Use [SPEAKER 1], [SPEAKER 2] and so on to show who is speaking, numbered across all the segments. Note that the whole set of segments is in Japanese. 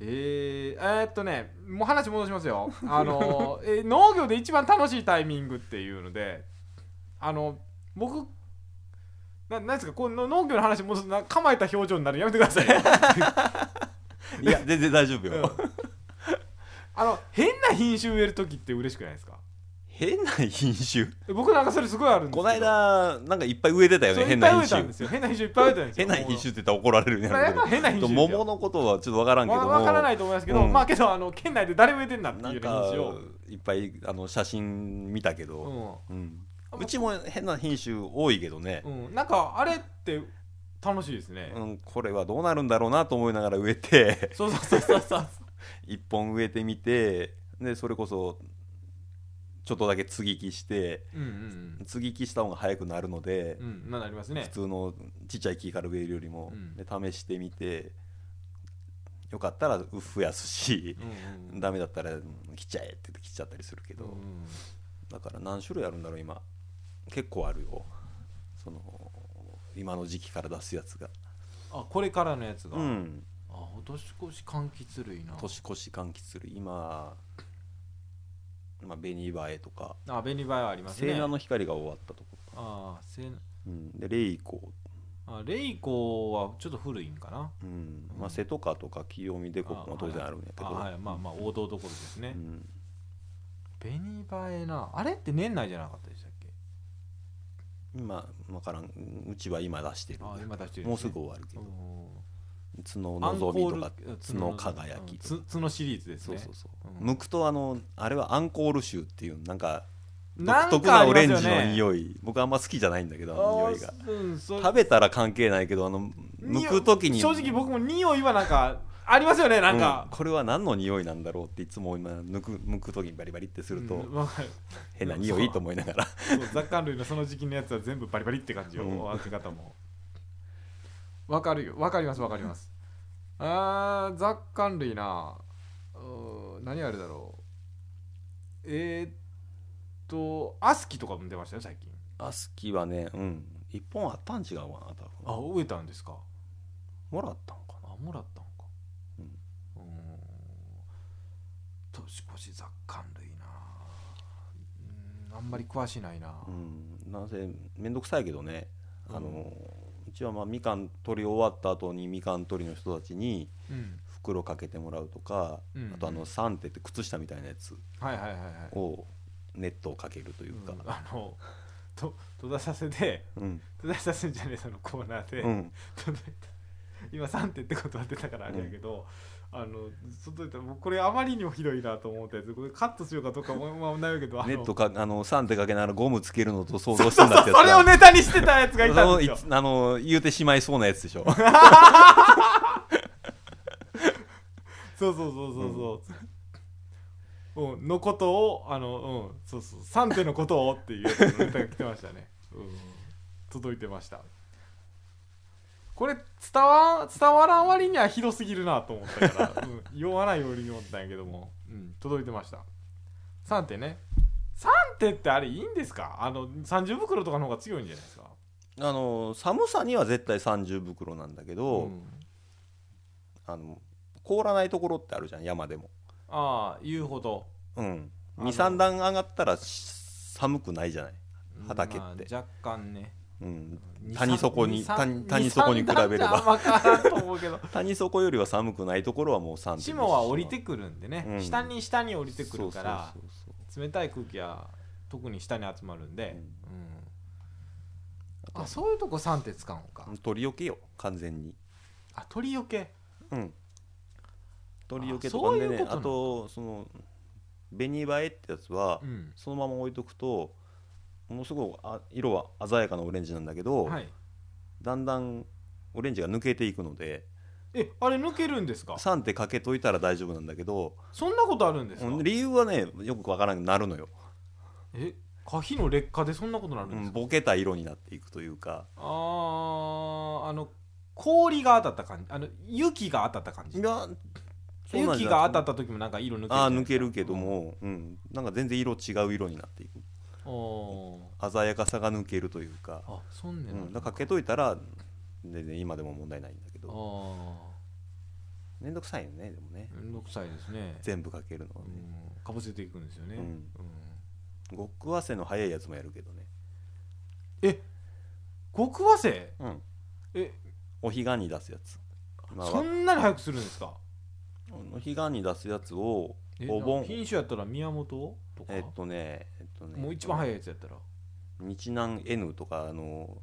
[SPEAKER 1] えー、えーっとねもう話戻しますよあ の、えー農業で一番楽しいタイミングっていうのであの僕ななんですかこの農業の話もうな構えた表情になるのやめてくだ さい
[SPEAKER 2] いや全然大丈夫よ、
[SPEAKER 1] あの変な品種植える時って嬉しくないですか
[SPEAKER 2] 変な品種
[SPEAKER 1] 僕なんかそれすごいあるんですけど
[SPEAKER 2] こないだなんかいっぱい植えてたよ
[SPEAKER 1] そう
[SPEAKER 2] ね
[SPEAKER 1] いっ
[SPEAKER 2] 変
[SPEAKER 1] ぱ
[SPEAKER 2] な
[SPEAKER 1] 植
[SPEAKER 2] い
[SPEAKER 1] え
[SPEAKER 2] 品
[SPEAKER 1] たん
[SPEAKER 2] 種
[SPEAKER 1] ですよ変な品種いっぱい植えたんですよ
[SPEAKER 2] 変な品種って言ったら怒られるんや
[SPEAKER 1] これやっ
[SPEAKER 2] ろ
[SPEAKER 1] ぱ
[SPEAKER 2] う
[SPEAKER 1] 変な
[SPEAKER 2] け
[SPEAKER 1] 品
[SPEAKER 2] ど
[SPEAKER 1] 種ですよ
[SPEAKER 2] 桃のことはちょっとわからんけど
[SPEAKER 1] わ
[SPEAKER 2] も、
[SPEAKER 1] わからないと思いますけど、
[SPEAKER 2] うん
[SPEAKER 1] まあけどあの県内で誰植えてんだって
[SPEAKER 2] ないん
[SPEAKER 1] う
[SPEAKER 2] か
[SPEAKER 1] 品種を、
[SPEAKER 2] いっぱいあの写真見たけど、うん
[SPEAKER 1] あ
[SPEAKER 2] うちも変な品種多いけどね、
[SPEAKER 1] うんうん、なんかあれって楽しいですね、
[SPEAKER 2] うん、これはどうなるんだろうなと思いながら植えて
[SPEAKER 1] そうそうそうそうそう
[SPEAKER 2] 一本植えてみてでそれこそちょっとだけ接ぎ木して
[SPEAKER 1] うんうん
[SPEAKER 2] 接ぎ木した方が早くなるので
[SPEAKER 1] う、ん、うん、なんかあります
[SPEAKER 2] 普
[SPEAKER 1] ね
[SPEAKER 2] 通のちっちゃい木から植えるよりも
[SPEAKER 1] う、ん
[SPEAKER 2] で試してみてよかったら増やすし、
[SPEAKER 1] うんうん
[SPEAKER 2] ダメだったらうん切っちゃえって言って切っちゃったりするけど、
[SPEAKER 1] うん
[SPEAKER 2] だから何種類あるんだろう今結構あるよその今の時期から出すやつが
[SPEAKER 1] あこれからのやつが、
[SPEAKER 2] うん
[SPEAKER 1] あ年越し柑橘類な
[SPEAKER 2] 年越し柑橘類今、まあ、紅映えとか
[SPEAKER 1] あ紅映えはあります
[SPEAKER 2] 西
[SPEAKER 1] ね
[SPEAKER 2] 南の光が終わったとことか、
[SPEAKER 1] あせい
[SPEAKER 2] うん、で霊光、
[SPEAKER 1] あレイコはちょっと古いんかな
[SPEAKER 2] うんまあ、瀬戸かとか清見でここも当然あるんやけ
[SPEAKER 1] あ
[SPEAKER 2] ど、
[SPEAKER 1] はいまあまあ王道どころですね
[SPEAKER 2] うん、
[SPEAKER 1] 紅映えなあれって年内じゃなかったでしたっけ
[SPEAKER 2] 今分からんうちは今出してる
[SPEAKER 1] あ今出してる、
[SPEAKER 2] もうすぐ終わるけ
[SPEAKER 1] う
[SPEAKER 2] ど
[SPEAKER 1] ん
[SPEAKER 2] 角
[SPEAKER 1] アンコ
[SPEAKER 2] のぞみ
[SPEAKER 1] ー
[SPEAKER 2] と
[SPEAKER 1] ル
[SPEAKER 2] か角輝きとか
[SPEAKER 1] つ角シリーズです
[SPEAKER 2] そう
[SPEAKER 1] ね
[SPEAKER 2] そうそう
[SPEAKER 1] うん
[SPEAKER 2] 剥くとあのあれはアンコール臭っていうなんか
[SPEAKER 1] なん
[SPEAKER 2] 独特
[SPEAKER 1] かあ
[SPEAKER 2] な
[SPEAKER 1] り
[SPEAKER 2] オ
[SPEAKER 1] ます
[SPEAKER 2] レ
[SPEAKER 1] よ
[SPEAKER 2] ンジ
[SPEAKER 1] ね
[SPEAKER 2] の匂い僕あんま好きじゃないんだけどあの匂いが
[SPEAKER 1] あーうんそれ
[SPEAKER 2] 食べたら関係ないけどあの
[SPEAKER 1] 匂い
[SPEAKER 2] 剥く時に
[SPEAKER 1] 正直僕も匂いはなんかありますよねなんか
[SPEAKER 2] うん、これは何の匂いなんだろうっていつも今抜く剥く時にバリバリってすると
[SPEAKER 1] うんわかる
[SPEAKER 2] 変な匂いと思いながら
[SPEAKER 1] そう雑感類のその時期のやつは全部バリバリって感じよ、
[SPEAKER 2] うん
[SPEAKER 1] 開け方もわかるよわかりますわかりますあー雑感類なうー何あるだろうえー、っとアスキとかも出ましたよ最近
[SPEAKER 2] アスキはねうん一本あったん違うかな多
[SPEAKER 1] あ
[SPEAKER 2] 分
[SPEAKER 1] 植えたんですか
[SPEAKER 2] もらったんか
[SPEAKER 1] あもらったんか
[SPEAKER 2] うん
[SPEAKER 1] うーん年越し雑感類なうーんあんまり詳しないな、
[SPEAKER 2] なうんなんせ面倒くさいけどね
[SPEAKER 1] うん
[SPEAKER 2] あの、うちはまあみかん取り終わった後にみかん取りの人たちに
[SPEAKER 1] うん、
[SPEAKER 2] 袋かけてもらうとか、
[SPEAKER 1] うん
[SPEAKER 2] あとあのサンテって靴下みたいなやつ
[SPEAKER 1] はいはいはいはい
[SPEAKER 2] をネットをかけるというか、
[SPEAKER 1] うんあのと戸田させで
[SPEAKER 2] うん
[SPEAKER 1] 戸田させじゃねえそのコーナーで、
[SPEAKER 2] うん
[SPEAKER 1] 届いた今3点ってことは出たからあれやけど、あの届いたもうこれあまりにもひどいなと思ったやつこれカットしようかどうかも迷うけどあの
[SPEAKER 2] ネット
[SPEAKER 1] そ
[SPEAKER 2] かあのサンテかけながらゴムつけるのと想像
[SPEAKER 1] う
[SPEAKER 2] して
[SPEAKER 1] そう
[SPEAKER 2] んだ
[SPEAKER 1] そ
[SPEAKER 2] って
[SPEAKER 1] う
[SPEAKER 2] やつ
[SPEAKER 1] それを
[SPEAKER 2] だ
[SPEAKER 1] ネタにしてたやつがい
[SPEAKER 2] そ
[SPEAKER 1] たん
[SPEAKER 2] の
[SPEAKER 1] です
[SPEAKER 2] い
[SPEAKER 1] よ
[SPEAKER 2] つあの言うてしまいそうなやつでしょ
[SPEAKER 1] そうそうそうそうそう、うんのことをあのうんそうそう3点のことをっていうやつのネタが来てましたね、うん、届いてましたこれ伝わ伝わらん割にはひどすぎるなと思ったから、うん、言わないように思ったんやけども、うん、届いてました3点ね3点ってあれいいんですかあの30袋とかの方が強いんじゃないですか
[SPEAKER 2] あの寒さには絶対30袋なんだけど、
[SPEAKER 1] ん、
[SPEAKER 2] あの凍らないところってあるじゃん山でも、
[SPEAKER 1] ああ言うほど
[SPEAKER 2] うん、
[SPEAKER 1] あの
[SPEAKER 2] 23段上がったらし寒くないじゃない、畑って
[SPEAKER 1] まあ若干ね
[SPEAKER 2] うん、
[SPEAKER 1] 二
[SPEAKER 2] 谷底に
[SPEAKER 1] 三二
[SPEAKER 2] 谷谷底に比べ
[SPEAKER 1] 三段
[SPEAKER 2] れば
[SPEAKER 1] じゃあんま変わらんと思うけ ど
[SPEAKER 2] 谷底よりは寒くないところはもう3点
[SPEAKER 1] 霜は降りてくるんでね、
[SPEAKER 2] うん
[SPEAKER 1] 下に下に降りてくるから
[SPEAKER 2] そうそうそうそう
[SPEAKER 1] 冷たい空気は特に下に集まるんで、うんあそういうとこ3手使うのか、
[SPEAKER 2] 取りよけよ完全に
[SPEAKER 1] あ鳥よけ
[SPEAKER 2] うん取りよけ
[SPEAKER 1] あ
[SPEAKER 2] とか
[SPEAKER 1] そう
[SPEAKER 2] で
[SPEAKER 1] いうこ
[SPEAKER 2] ね
[SPEAKER 1] と
[SPEAKER 2] あ
[SPEAKER 1] なの
[SPEAKER 2] とその紅映えってやつは、
[SPEAKER 1] うん
[SPEAKER 2] そのまま置いとくとものすごいあ色は鮮やかなオレンジなんだけど、
[SPEAKER 1] はい
[SPEAKER 2] だんだんオレンジが抜けていくので
[SPEAKER 1] えあれ抜けるんですか
[SPEAKER 2] 3手かけといたら大丈夫なんだけど
[SPEAKER 1] そんなことあるんですか、
[SPEAKER 2] うん理由はねよくわからなくなるのよ、
[SPEAKER 1] え可否の劣化でそんなことなるん
[SPEAKER 2] う
[SPEAKER 1] です
[SPEAKER 2] ん
[SPEAKER 1] か、
[SPEAKER 2] ボケた色になっていくというか
[SPEAKER 1] あーあの氷が当たった感じあの雪が当たった感じ
[SPEAKER 2] いやそうなんじ
[SPEAKER 1] 雪が
[SPEAKER 2] ゃない
[SPEAKER 1] 当たった時もなんか色抜けるじ
[SPEAKER 2] あ
[SPEAKER 1] ゃ
[SPEAKER 2] あ
[SPEAKER 1] ない
[SPEAKER 2] 抜
[SPEAKER 1] です
[SPEAKER 2] け
[SPEAKER 1] か
[SPEAKER 2] るけど、も、うん、なんか全然色違う色になっていく
[SPEAKER 1] うんおー
[SPEAKER 2] 鮮やかさが抜けるというか、
[SPEAKER 1] あそん
[SPEAKER 2] う
[SPEAKER 1] ねんな、
[SPEAKER 2] ん、だからかけといたら全然今でも問題ないんだけ
[SPEAKER 1] あ
[SPEAKER 2] ど
[SPEAKER 1] ー
[SPEAKER 2] めんどくさいよねでもね
[SPEAKER 1] めんどくさいですね
[SPEAKER 2] 全部かけるのはね、
[SPEAKER 1] うんかぶせていくんですよね、
[SPEAKER 2] うん
[SPEAKER 1] うん
[SPEAKER 2] 極早せの早いやつもやるけどね、
[SPEAKER 1] え極早生
[SPEAKER 2] うん、
[SPEAKER 1] え
[SPEAKER 2] お彼岸に出すやつ今
[SPEAKER 1] そ
[SPEAKER 2] は
[SPEAKER 1] んなに早くするんですか
[SPEAKER 2] お彼岸に出すやつを
[SPEAKER 1] え
[SPEAKER 2] お盆
[SPEAKER 1] 品種やったら宮本とか、
[SPEAKER 2] えっとねえっとね
[SPEAKER 1] もう一番早いやつやったら
[SPEAKER 2] 日南 N とかあの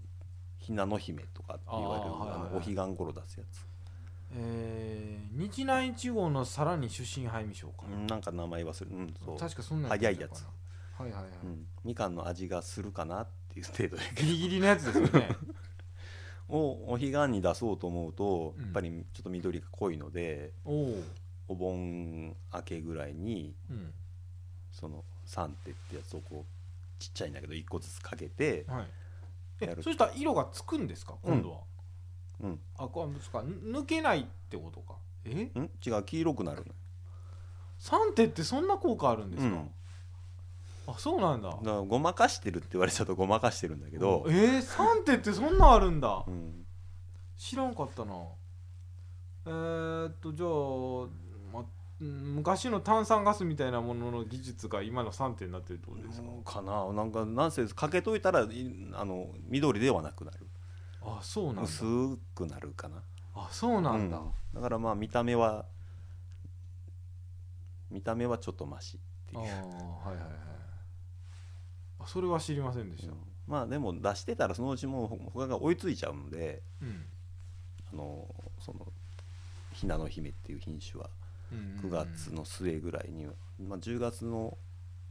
[SPEAKER 2] ひなの姫とかって言われる
[SPEAKER 1] あーはいはい
[SPEAKER 2] あ
[SPEAKER 1] はい
[SPEAKER 2] のお彼岸頃出すやつ
[SPEAKER 1] えー、日南一号のさらに出身配味賞か、
[SPEAKER 2] うんなんか名前忘れうんそう
[SPEAKER 1] 確かそんな
[SPEAKER 2] 早いやつ
[SPEAKER 1] だったかなはいはいはい、
[SPEAKER 2] うんみかんの味がするかなっていう程 度で
[SPEAKER 1] ギリギリのやつですよ ね
[SPEAKER 2] をお彼岸に出そうと思うと
[SPEAKER 1] うん
[SPEAKER 2] やっぱりちょっと緑が濃いので
[SPEAKER 1] おおう、
[SPEAKER 2] お盆明けぐらいに
[SPEAKER 1] うん
[SPEAKER 2] その三手ってやつをこうちっちゃいんだけど一個ずつかけて
[SPEAKER 1] はい、
[SPEAKER 2] や
[SPEAKER 1] え
[SPEAKER 2] る
[SPEAKER 1] そしたら色がつくんですか今度は、
[SPEAKER 2] うんん
[SPEAKER 1] あこれかぬ抜けないってことかえ
[SPEAKER 2] 違う黄色くなる
[SPEAKER 1] 三手ってそんな効果あるんで
[SPEAKER 2] の
[SPEAKER 1] す
[SPEAKER 2] う
[SPEAKER 1] か、
[SPEAKER 2] ん
[SPEAKER 1] あそうなんだ
[SPEAKER 2] だからごまかしてるって言われちゃうとごまかしてるんだけど
[SPEAKER 1] えー、3手ってそんなんあるんだ
[SPEAKER 2] うん
[SPEAKER 1] 知らんかったなえー、っとじゃあ、ま、うん昔の炭酸ガスみたいなものの技術が今の3手になってるってことですか、
[SPEAKER 2] かななんかなんせかけといたらいあの緑ではなくなる
[SPEAKER 1] あそうなんだ
[SPEAKER 2] 薄くなるかな
[SPEAKER 1] あそうなんだ、
[SPEAKER 2] うだからまあ見た目は見た目はちょっとマシってい
[SPEAKER 1] ああ
[SPEAKER 2] う
[SPEAKER 1] はいはいはいあそれは知りませんでした、
[SPEAKER 2] まあでも出してたらそのうちもうほ他が追いついちゃうので
[SPEAKER 1] うん
[SPEAKER 2] あのそのひなの姫っていう品種は
[SPEAKER 1] うんうんうん
[SPEAKER 2] 9月の末ぐらいには、まあ、10月の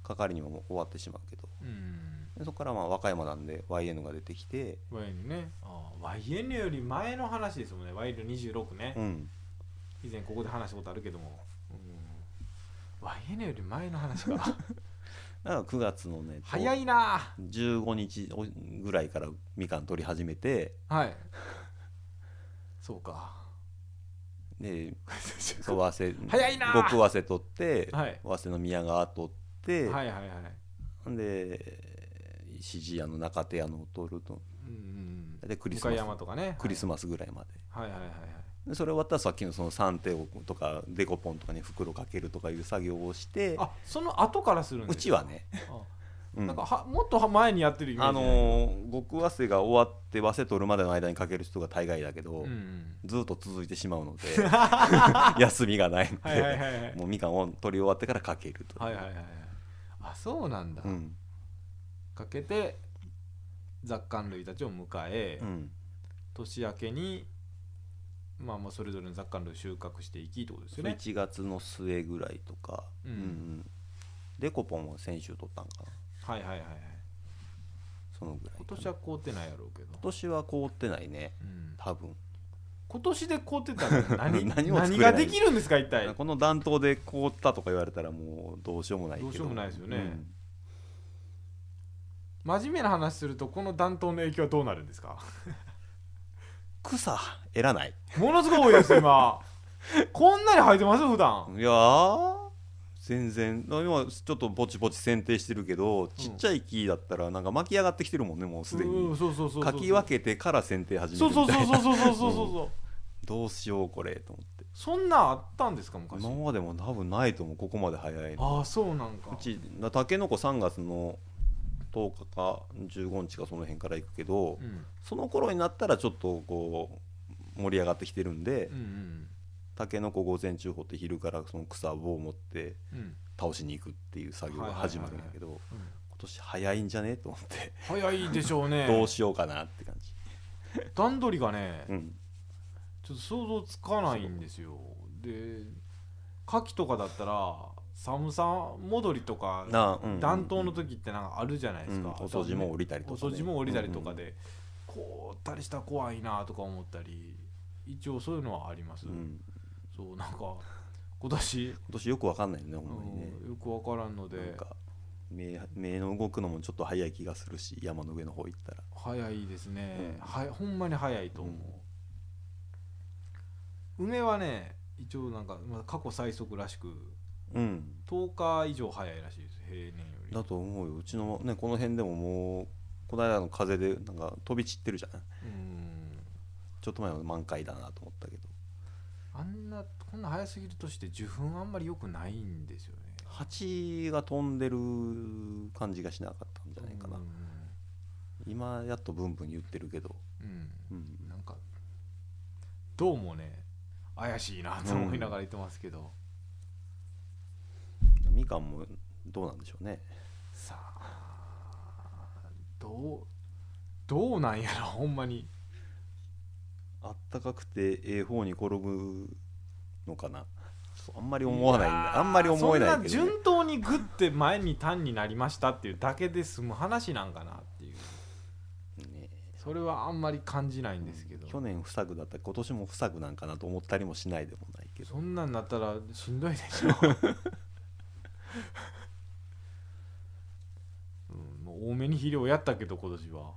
[SPEAKER 2] 係にはもう終わってしまうけど
[SPEAKER 1] うん
[SPEAKER 2] でそこからまあ和歌山なんで YN が出てきて、
[SPEAKER 1] YN ねあー YN より前の話ですもんね YN26 ね、
[SPEAKER 2] うん、
[SPEAKER 1] 以前ここで話したことあるけども、YN より前の話 か
[SPEAKER 2] だから9月のね
[SPEAKER 1] 早いな
[SPEAKER 2] 15日ぐらいからみかん取り始めて
[SPEAKER 1] はいそうか
[SPEAKER 2] でそう早せ
[SPEAKER 1] 早いな
[SPEAKER 2] 極早せ取って、
[SPEAKER 1] はい
[SPEAKER 2] 早せの宮川取って、
[SPEAKER 1] はいはいはい
[SPEAKER 2] で指示屋の中手屋のを取ると
[SPEAKER 1] うんうん
[SPEAKER 2] でクリス
[SPEAKER 1] 向
[SPEAKER 2] マ
[SPEAKER 1] 山
[SPEAKER 2] ス
[SPEAKER 1] とかね
[SPEAKER 2] クリスマスぐらいまで
[SPEAKER 1] はいはいはいはい
[SPEAKER 2] でそれ終わったらさっきのその三手をとかデコポンとかに袋かけるとかいう作業をして
[SPEAKER 1] あその後からするんで
[SPEAKER 2] う
[SPEAKER 1] すか
[SPEAKER 2] ちはね、
[SPEAKER 1] あ
[SPEAKER 2] うん
[SPEAKER 1] なんかはもっと前にやってるイメージ
[SPEAKER 2] あのー極早せが終わって早せ取るまでの間にかける人が大概だけど、
[SPEAKER 1] うんうん
[SPEAKER 2] ずっと続いてしまうので 休みがないので、
[SPEAKER 1] はいはいはいはい
[SPEAKER 2] もうみかんを取り終わってからかけると
[SPEAKER 1] はいはいはいはいあそうなんだ、
[SPEAKER 2] うん
[SPEAKER 1] かけて雑貫類たちを迎え、
[SPEAKER 2] うん
[SPEAKER 1] 年明けにまあまあそれぞれの雑貫類を収穫していきってことですよね
[SPEAKER 2] 1月の末ぐらいとか、
[SPEAKER 1] うん
[SPEAKER 2] デコポンは先週取ったんかな
[SPEAKER 1] はいはいはいはい
[SPEAKER 2] そのぐらいかな
[SPEAKER 1] 今年は凍ってないやろうけど
[SPEAKER 2] 今、年は凍ってないね
[SPEAKER 1] うん、
[SPEAKER 2] 多分、
[SPEAKER 1] 今年で凍ってたら何 何
[SPEAKER 2] 何も作れな
[SPEAKER 1] が
[SPEAKER 2] い
[SPEAKER 1] できるんですか一体
[SPEAKER 2] この暖冬で凍ったとか言われたらもうどうしようもないけど
[SPEAKER 1] どうしようもないですよね真面目な話するとこの暖冬の影響はどうなるんですか
[SPEAKER 2] 草えらない
[SPEAKER 1] ものすごい多いです 今こんなに生えてます普段
[SPEAKER 2] いやー全然今ちょっとぼちぼち剪定してるけどちっちゃい木だったらなんか巻き上がってきてるもんねもうすで
[SPEAKER 1] う
[SPEAKER 2] に
[SPEAKER 1] んそうそうそうそう
[SPEAKER 2] かき分けてから剪定始
[SPEAKER 1] そ
[SPEAKER 2] め
[SPEAKER 1] う
[SPEAKER 2] る
[SPEAKER 1] そ
[SPEAKER 2] み
[SPEAKER 1] う
[SPEAKER 2] た
[SPEAKER 1] そう
[SPEAKER 2] い
[SPEAKER 1] そ
[SPEAKER 2] な
[SPEAKER 1] うそうそうそうそう
[SPEAKER 2] どうしようこれと思って
[SPEAKER 1] そんなんあったんですか昔
[SPEAKER 2] 今までも多分ないと思うここまで早いの
[SPEAKER 1] ああそうなんか
[SPEAKER 2] うちなたけのこ3月の10日か15日かその辺から行くけど
[SPEAKER 1] うん
[SPEAKER 2] その頃になったらちょっとこう盛り上がってきてるんで
[SPEAKER 1] うんうん
[SPEAKER 2] たけのこ午前中掘って昼からその草棒を持って
[SPEAKER 1] うん
[SPEAKER 2] 倒しに行くっていう作業が始まるんだけど
[SPEAKER 1] うん
[SPEAKER 2] 今年早いんじゃねと思って、
[SPEAKER 1] 早いでしょう
[SPEAKER 2] ど
[SPEAKER 1] ね
[SPEAKER 2] うしようかなって感じ、
[SPEAKER 1] 段取りがね
[SPEAKER 2] うん、
[SPEAKER 1] ちょっと想像つかないんですよで牡蠣とかだったら寒さ戻りとか
[SPEAKER 2] なあ、うんうん
[SPEAKER 1] 暖冬の時ってなんかあるじゃないで
[SPEAKER 2] う
[SPEAKER 1] す
[SPEAKER 2] ん
[SPEAKER 1] か、
[SPEAKER 2] お掃除も降りたりとか、
[SPEAKER 1] お掃除も降りたりとかで、凍ったりしたら怖いなとか思ったり一応そういうのはあります、
[SPEAKER 2] うん、うん今
[SPEAKER 1] そうなんか今年、
[SPEAKER 2] 年よくわかんないよねほんまにね、
[SPEAKER 1] うんよくわからんの
[SPEAKER 2] なん
[SPEAKER 1] で
[SPEAKER 2] か目目の動くのもちょっと早い気がするし山の上の方行ったら
[SPEAKER 1] 早いですね、
[SPEAKER 2] うん
[SPEAKER 1] はほんまに早いと思う、梅はね一応なんか、まあ、過去最速らしく
[SPEAKER 2] うん
[SPEAKER 1] 10日以上早いらしいです平年より
[SPEAKER 2] だと思うようちのねこの辺でももうこの間の風でなんか飛び散ってるじゃん
[SPEAKER 1] うん
[SPEAKER 2] ちょっと前まで満開だなと思ったけど
[SPEAKER 1] あんなこんな早すぎるとして受粉あんまり良くないんですよね
[SPEAKER 2] 蜂が飛んでる感じがしなかったんじゃないかな、
[SPEAKER 1] うん
[SPEAKER 2] 今やっとブンブン言ってるけど、
[SPEAKER 1] うん、
[SPEAKER 2] うん
[SPEAKER 1] なんかどうもね怪しいなと思いながら言ってますけど、
[SPEAKER 2] みかんもどうなんでしょうね
[SPEAKER 1] さあどうどうなんやろほんまに
[SPEAKER 2] あったかくてええ方に転ぶのかなそうあんまり思わないんだあんまり思えないけ
[SPEAKER 1] そ
[SPEAKER 2] ど
[SPEAKER 1] んな
[SPEAKER 2] ね、
[SPEAKER 1] 順当にグッて前に単になりましたっていうだけで済む話なんかなっていう
[SPEAKER 2] ね
[SPEAKER 1] それはあんまり感じないんですけど、
[SPEAKER 2] 去年不作だったら今年も不作なんかなと思ったりもしないでもないけど
[SPEAKER 1] そんなんなったらしんどいでしょ、 うん、もう多めに肥料やったけど今年は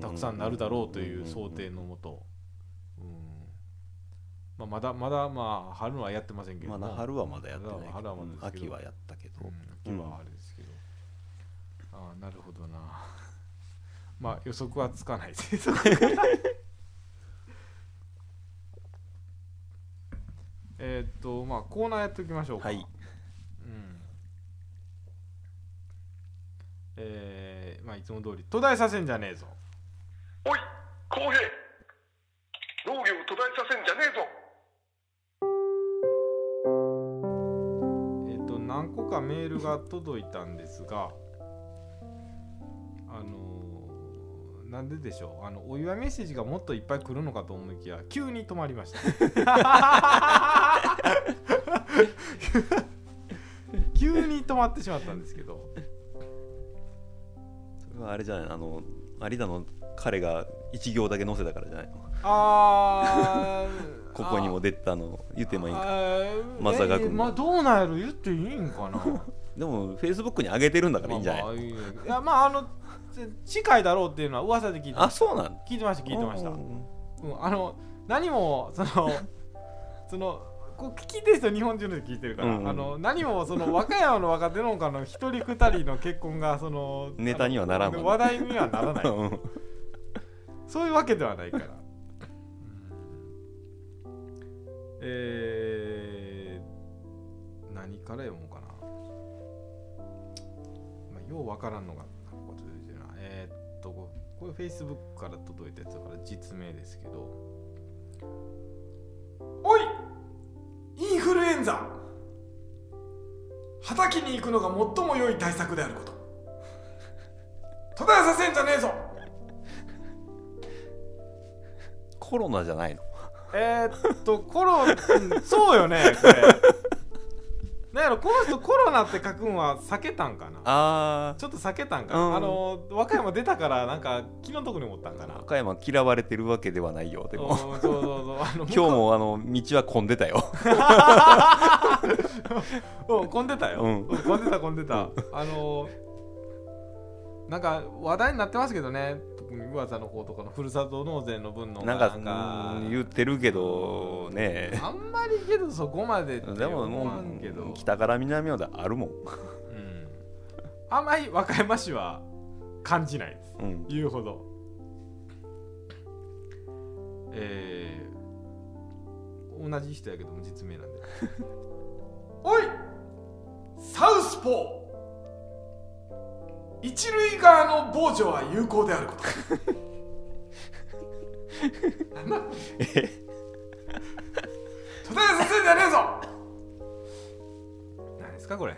[SPEAKER 1] たくさんなるだろうという想定のもと、うんまあ、まだまだまあ春はやってませんけれ
[SPEAKER 2] ま
[SPEAKER 1] ど
[SPEAKER 2] あ
[SPEAKER 1] も、
[SPEAKER 2] 春はまだやってないけど
[SPEAKER 1] 春はまだですけど
[SPEAKER 2] 秋はやったけど、
[SPEAKER 1] うん秋はあれですけど、ああなるほどな まあ予測はつかないです えーっとまあコーナーやっておきましょうか
[SPEAKER 2] はい
[SPEAKER 1] うんえーまあいつも通り途絶えさせんじゃねえぞ
[SPEAKER 3] おい公平農業を途絶えさせんじゃねえぞ
[SPEAKER 1] えっと何個かメールが届いたんですがあのーなんででしょうあのお祝いメッセージがもっといっぱい来るのかと思いきや急に止まりました急に止まってしまったんですけど
[SPEAKER 2] それはあれじゃないあの有田の彼が一行だけ載せたからじゃないの
[SPEAKER 1] あー
[SPEAKER 2] ここにも出てたの言ってもいいんか
[SPEAKER 1] あー
[SPEAKER 2] 松坂君
[SPEAKER 1] えーまあどうなんやろ言っていいんかな
[SPEAKER 2] でもフェイスブックに上げてるんだからいいんじゃない、
[SPEAKER 1] まあまあいやいやまああの 近いだろうっていうのは噂で聞いて
[SPEAKER 2] あそうなん
[SPEAKER 1] 聞いてました聞いてました
[SPEAKER 2] うん
[SPEAKER 1] うん、あの何もそ のそのこう聞いてる人は日本中の人聞いてるから、
[SPEAKER 2] うんうん
[SPEAKER 1] あの何もその和歌山の若手農家の一人二人の結婚がその
[SPEAKER 2] ネタにはならん
[SPEAKER 1] あ
[SPEAKER 2] わ
[SPEAKER 1] の話
[SPEAKER 2] ね
[SPEAKER 1] 題にはならない
[SPEAKER 2] うん
[SPEAKER 1] そういうわけではないからえー、何から読もうかな、まあ、ようわからんのが何個か届いてるなえーっとここれ Facebook から届いたやつだから実名ですけどおいインフルエンザ畑に行くのが最も良い対策であること途絶えさせんじゃねえぞ
[SPEAKER 2] コロナじゃないの
[SPEAKER 1] えーっとコロうんそうよねこれなんやろこの人コロナって書くんは避けたんかな
[SPEAKER 2] あ
[SPEAKER 1] ちょっと避けたんかな、
[SPEAKER 2] うん
[SPEAKER 1] あの和歌山出たからなんか気の毒に思ったんか
[SPEAKER 2] あ
[SPEAKER 1] な
[SPEAKER 2] 岡山嫌われてるわけではないよで
[SPEAKER 1] うん
[SPEAKER 2] も
[SPEAKER 1] そうそうそう あの
[SPEAKER 2] 今日もあの道は混んでたよ
[SPEAKER 1] うん混んでたよ、
[SPEAKER 2] うん
[SPEAKER 1] うん混んでた混んでた、あのなんか話題になってますけどね特に噂の方とかのふるさと納税の分の
[SPEAKER 2] なんかうん言ってるけどね
[SPEAKER 1] あんまりけどそこまでって
[SPEAKER 2] でも
[SPEAKER 1] 思わんけど
[SPEAKER 2] もう北から南まであるもん、
[SPEAKER 1] うんあんまり和歌山市は感じないです
[SPEAKER 2] うん、
[SPEAKER 1] 言うほどえー、同じ人やけども実名なんでおいサウスポー一塁側の防除は有効であることなんだ途絶えさせんじゃねえぞ何ですかこれ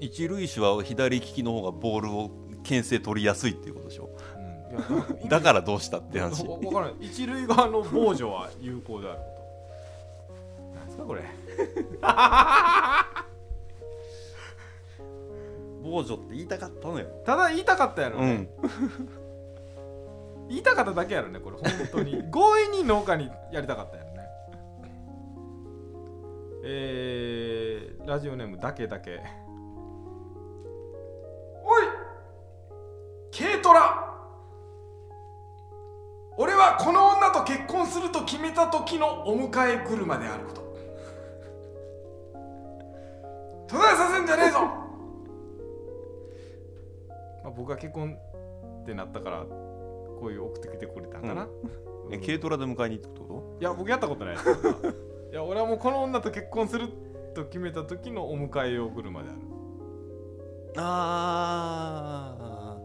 [SPEAKER 2] 一塁手は左利きの方がボールを牽制取りやすいっていうことでしょ
[SPEAKER 1] うんいやなんか意味
[SPEAKER 2] だからどうしたって話
[SPEAKER 1] わわからない一塁側の防除は有効であることなんですかこれ
[SPEAKER 2] 防除って言いたかったのよ
[SPEAKER 1] ただ言いたかったやろ、
[SPEAKER 2] う
[SPEAKER 1] ね
[SPEAKER 2] ん
[SPEAKER 1] 言いたかっただけやろねこれ本当に強引に農家にやりたかったやろねえー、ラジオネームだけだけおい軽トラ俺はこの女と結婚すると決めた時のお迎え車であること途絶えさせんじゃねえぞまあ僕が結婚ってなったからこういう送ってきてくれたんかな、
[SPEAKER 2] え軽トラで迎えに行ってこと
[SPEAKER 1] いや僕やったことないですけど いや俺はもうこの女と結婚すると決めた時のお迎え用車である
[SPEAKER 2] ああ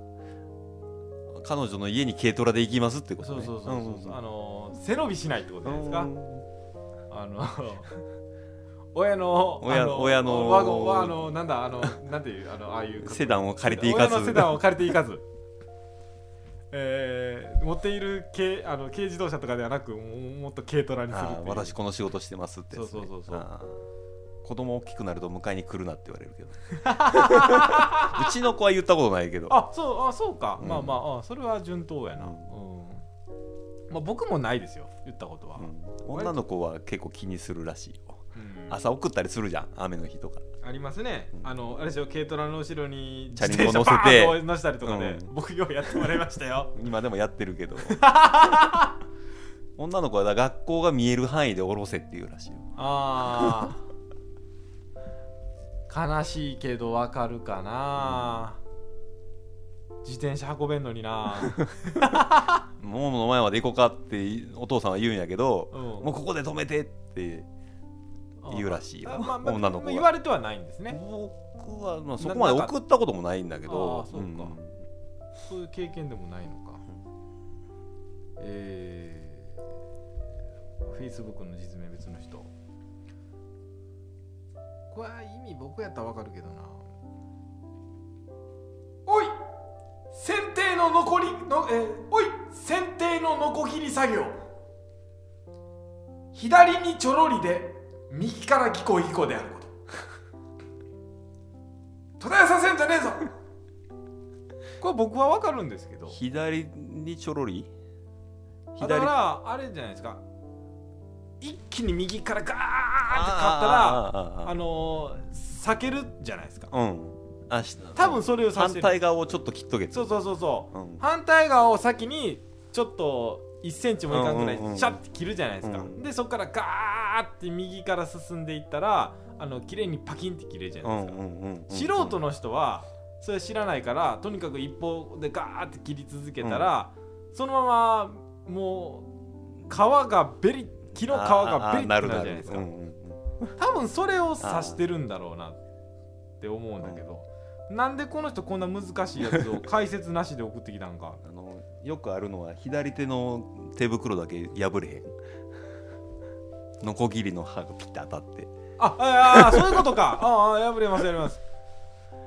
[SPEAKER 2] 彼女の家に軽トラで行きますってこと
[SPEAKER 1] そう
[SPEAKER 2] ね
[SPEAKER 1] そうそうそう、
[SPEAKER 2] ん
[SPEAKER 1] あの背伸びしないってことじゃないですか、
[SPEAKER 2] うん
[SPEAKER 1] あの 親の
[SPEAKER 2] 親
[SPEAKER 1] あの
[SPEAKER 2] 親の
[SPEAKER 1] ワゴンはあのなんだあのなんていうあのああいう
[SPEAKER 2] セダンを借りていか
[SPEAKER 1] 親
[SPEAKER 2] ず
[SPEAKER 1] のセダンを借りていかず、えー持っている軽あの軽自動車とかではなくももっと軽トラにするってい
[SPEAKER 2] あー
[SPEAKER 1] う
[SPEAKER 2] 私この仕事してますってやつ
[SPEAKER 1] そ
[SPEAKER 2] ね
[SPEAKER 1] うそうそうそう
[SPEAKER 2] あー子供大きくなると迎えに来るなって言われるけど うちの子は言ったことないけど
[SPEAKER 1] あそうあそうか、
[SPEAKER 2] うん
[SPEAKER 1] まあまああそれは順当やな、
[SPEAKER 2] う
[SPEAKER 1] うんんまあ、僕もないですよ言ったことは、
[SPEAKER 2] うん女の子は結構気にするらしいよ
[SPEAKER 1] うん
[SPEAKER 2] 朝送ったりするじゃん雨の日とか
[SPEAKER 1] ありますね、
[SPEAKER 2] うん
[SPEAKER 1] あのあれでしょ軽トラの後ろに
[SPEAKER 2] チャリンコ
[SPEAKER 1] 自転車
[SPEAKER 2] 乗せて
[SPEAKER 1] バーンと乗せたりとかで、
[SPEAKER 2] うん
[SPEAKER 1] 僕ようやってもらいました よ
[SPEAKER 2] 今でもやってる けど女の子はだから学校が見える範囲で降ろせっていうらしいよ
[SPEAKER 1] あー悲しいけどわかるかな、自転車運べんのにな、
[SPEAKER 2] もうの前まで行こうかってお父さんは言うんやけど、
[SPEAKER 1] うん
[SPEAKER 2] もうここで止めてって言うらしいよ
[SPEAKER 1] あまあまあ
[SPEAKER 2] 女の子は
[SPEAKER 1] 言われてはないんですね
[SPEAKER 2] 僕は、まあ、そこまで送ったこともないんだけど
[SPEAKER 1] あーそうかそういう経験でもないのか、えー、Facebook の実名別の人これは意味僕やったらわかるけどなおい剪定の残りのえーおい剪定のノコギリ作業左にちょろりで右からギコギコである こと途絶えさせんじゃねえぞこれ僕はわかるんですけど
[SPEAKER 2] 左にちょろり
[SPEAKER 1] だ
[SPEAKER 2] 左
[SPEAKER 1] からあれじゃないですか一気に右からガーンって買ったらあ
[SPEAKER 2] あーあーあーあー
[SPEAKER 1] のー、避けるじゃないですか
[SPEAKER 2] うんあし
[SPEAKER 1] 多分それを指
[SPEAKER 2] 反
[SPEAKER 1] してる
[SPEAKER 2] 対側をちょっと切っとけ
[SPEAKER 1] そうそうそうそう、
[SPEAKER 2] うん
[SPEAKER 1] 反対側を先にちょっと1センチもいかんぐらい
[SPEAKER 2] うんうんうん
[SPEAKER 1] シャッて切るじゃないですか、
[SPEAKER 2] うん
[SPEAKER 1] でそこからガーって右から進んでいったらあの綺麗にパキンって切れるじゃないですか、
[SPEAKER 2] うんうんうん
[SPEAKER 1] 素人の人はそれ知らないからとにかく一方でガーって切り続けたら、そのままもう皮がベリ木の皮がベリってなるじゃないですか、
[SPEAKER 2] あーあーなるなるうんうんうん
[SPEAKER 1] 多分それを指してるんだろうなって思うんだけど、なんでこの人こんな難しいやつを解説なしで送ってきたんか
[SPEAKER 2] あのよくあるのは左手の手袋だけ破れへん ノコギリの刃がピッて当たって
[SPEAKER 1] あああそういうことかああ破れます破れます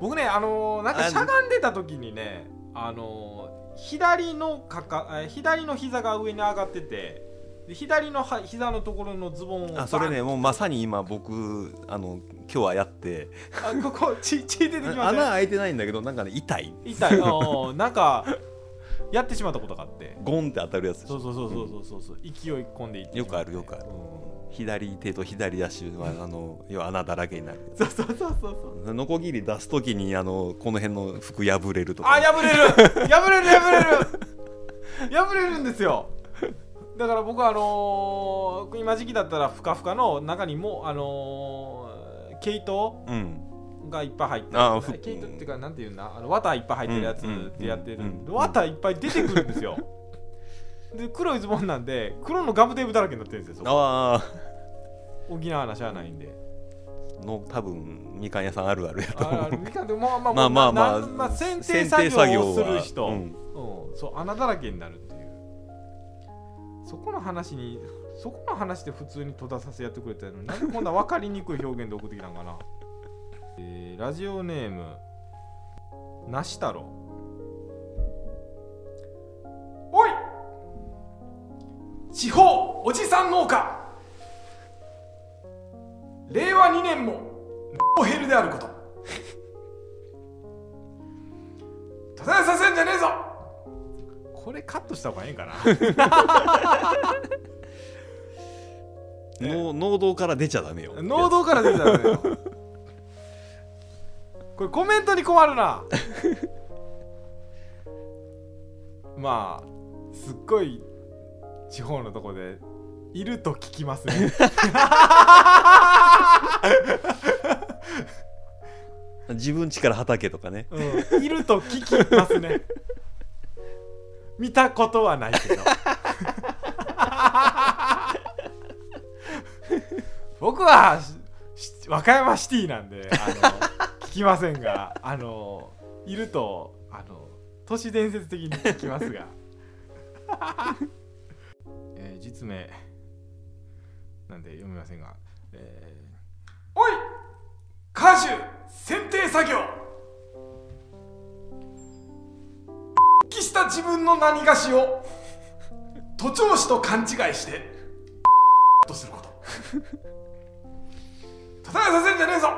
[SPEAKER 1] 僕ねあのーなんかしゃがんでた時にねあのー左のかかえー左の膝が上に上がっててで左のは膝のところのズボンをバン
[SPEAKER 2] あそれねもうまさに今僕あの今日はやって
[SPEAKER 1] あここち血出てきまし
[SPEAKER 2] 穴
[SPEAKER 1] たね
[SPEAKER 2] 開いてないんだけどなんかね痛い
[SPEAKER 1] 痛いああなんかやってしまったことがあって
[SPEAKER 2] ゴンって当たるやつでしょ
[SPEAKER 1] そうそうそうそうそうそうそう勢い込んでいって
[SPEAKER 2] よくあるよくある
[SPEAKER 1] うん
[SPEAKER 2] 左手と左足はあの要は穴だらけになる
[SPEAKER 1] そうそうそうそうそう
[SPEAKER 2] ノコギリ出す時にあのこの辺の服破れると
[SPEAKER 1] あ
[SPEAKER 2] か
[SPEAKER 1] 破れる 破れる破れる破れるんですよだから僕はあのー今時期だったらふかふかの中にもうあのー毛糸
[SPEAKER 2] うん
[SPEAKER 1] がいっぱい入って
[SPEAKER 2] あーふ
[SPEAKER 1] 毛糸っていうかなんていうんだあの綿いっぱい入ってるやつってやってる、
[SPEAKER 2] うんうんうんうん
[SPEAKER 1] 綿いっぱい出てくるんですよで黒いズボンなんで黒のガムテープだらけになってるんですよそこ
[SPEAKER 2] ああ
[SPEAKER 1] 補わなしゃあないんで
[SPEAKER 2] の多分みかん屋さんあるあるやと思
[SPEAKER 1] あ
[SPEAKER 2] う
[SPEAKER 1] あみかんでもまあ
[SPEAKER 2] まあまあまあ
[SPEAKER 1] なんまあ剪定作業をする人、
[SPEAKER 2] う
[SPEAKER 1] うん
[SPEAKER 2] ん
[SPEAKER 1] そう穴だらけになるっていうそこの話にそこの話で普通に戸田させやってくれたのになんでこんな分かりにくい表現で送ってきたのかな、 えーラジオネーム梨太郎おい地方おじさん農家令和2年もヘルであること 途絶えさせんじゃねえぞこれカットした方がいいんかな
[SPEAKER 2] の農道から出ちゃダメよ
[SPEAKER 1] 能動から出てたのよ これコメントに困る なまあすっごい地方のとこでいると聞きますね
[SPEAKER 2] 自分家から畑とかね
[SPEAKER 1] うんいると聞きますね見たことはないけど 僕はしし和歌山シティなんであの聞きませんがあのいるとあの都市伝説的に聞きますが、 えー実名なんで読みませんが、えーおい歌手選定作業復帰した自分の何かしを徒長氏と勘違いしてとすること戦いさせんじゃねえぞ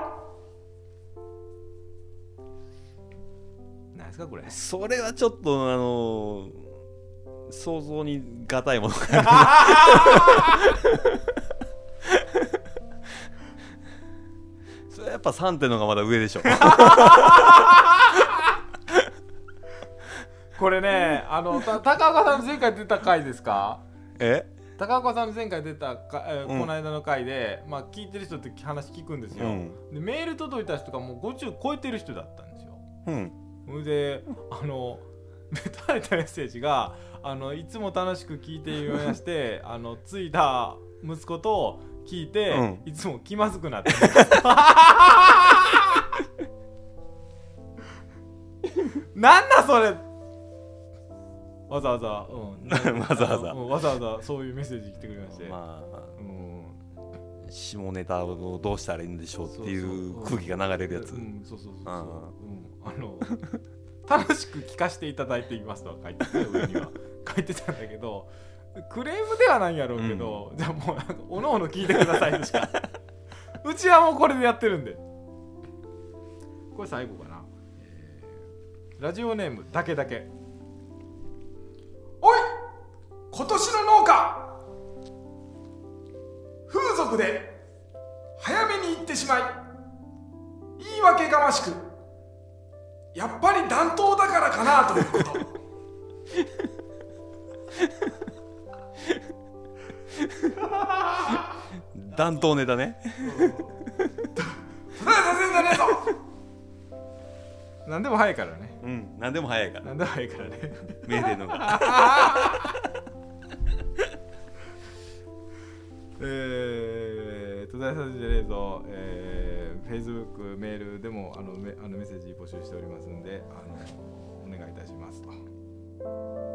[SPEAKER 1] なんですかこれ
[SPEAKER 2] それはちょっとあのー想像にがたいものがあるそれはやっぱ3点の方がまだ上でしょ
[SPEAKER 1] これねあのた高岡さん前回出た回ですか
[SPEAKER 2] え
[SPEAKER 1] 高岡さん前回出たか、えー
[SPEAKER 2] うん
[SPEAKER 1] この間の回で、まあ、聞いてる人って話聞くんですよ、
[SPEAKER 2] うん
[SPEAKER 1] でメール届いた人がもう50超えてる人だったんですよ
[SPEAKER 2] うん
[SPEAKER 1] それであのメタれたメッセージがあのいつも楽しく聞いていまして あのついた息子と聞いて、
[SPEAKER 2] うん
[SPEAKER 1] いつも気まずくなってます なんだそれわざわざ、うん、
[SPEAKER 2] わざわざ
[SPEAKER 1] うんわざわざそういうメッセージ来てくれまして、
[SPEAKER 2] まあ
[SPEAKER 1] うん、
[SPEAKER 2] 下ネタをどうしたらいいんでしょうってい
[SPEAKER 1] そうそう
[SPEAKER 2] う
[SPEAKER 1] うん
[SPEAKER 2] 空気が流れるやつ
[SPEAKER 1] うん、そうそうそうそう、
[SPEAKER 2] あ
[SPEAKER 1] うん、あの楽しく聞かせていただいていますとは書いてて上には書いてたんだけどクレームではないんやろうけど、じゃあもうなんかおのおの聞いてくださいでしかうちはもうこれでやってるんでこれ最後かな、えーラジオネームだけだけおい今年の農家風俗で早めに行ってしまい言い訳がましくやっぱり暖冬だからかなということ
[SPEAKER 2] 暖冬ネタね
[SPEAKER 1] たださせんじゃねえぞ何でも早いからね
[SPEAKER 2] うん何でも早いから
[SPEAKER 1] 何でも早いからね
[SPEAKER 2] 名電の方が
[SPEAKER 1] えー、途絶えさせんじゃねえぞ、えー、Facebook メールでもあのメあのメッセージ募集しておりますんであのお願いいたしますと。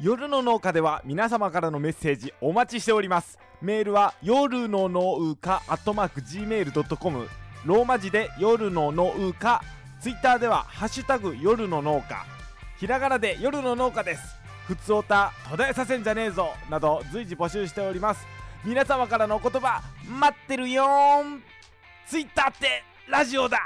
[SPEAKER 1] 夜の農家では皆様からのメッセージお待ちしておりますメールは夜の農家アットマーク Gmail.com ローマ字で夜の農家ツイッターではハッシュタグ夜の農家ひらがなで夜の農家ですふつおた途絶えさせんじゃねえぞなど随時募集しております皆様からのお言葉待ってるよーんツイッターってラジオだ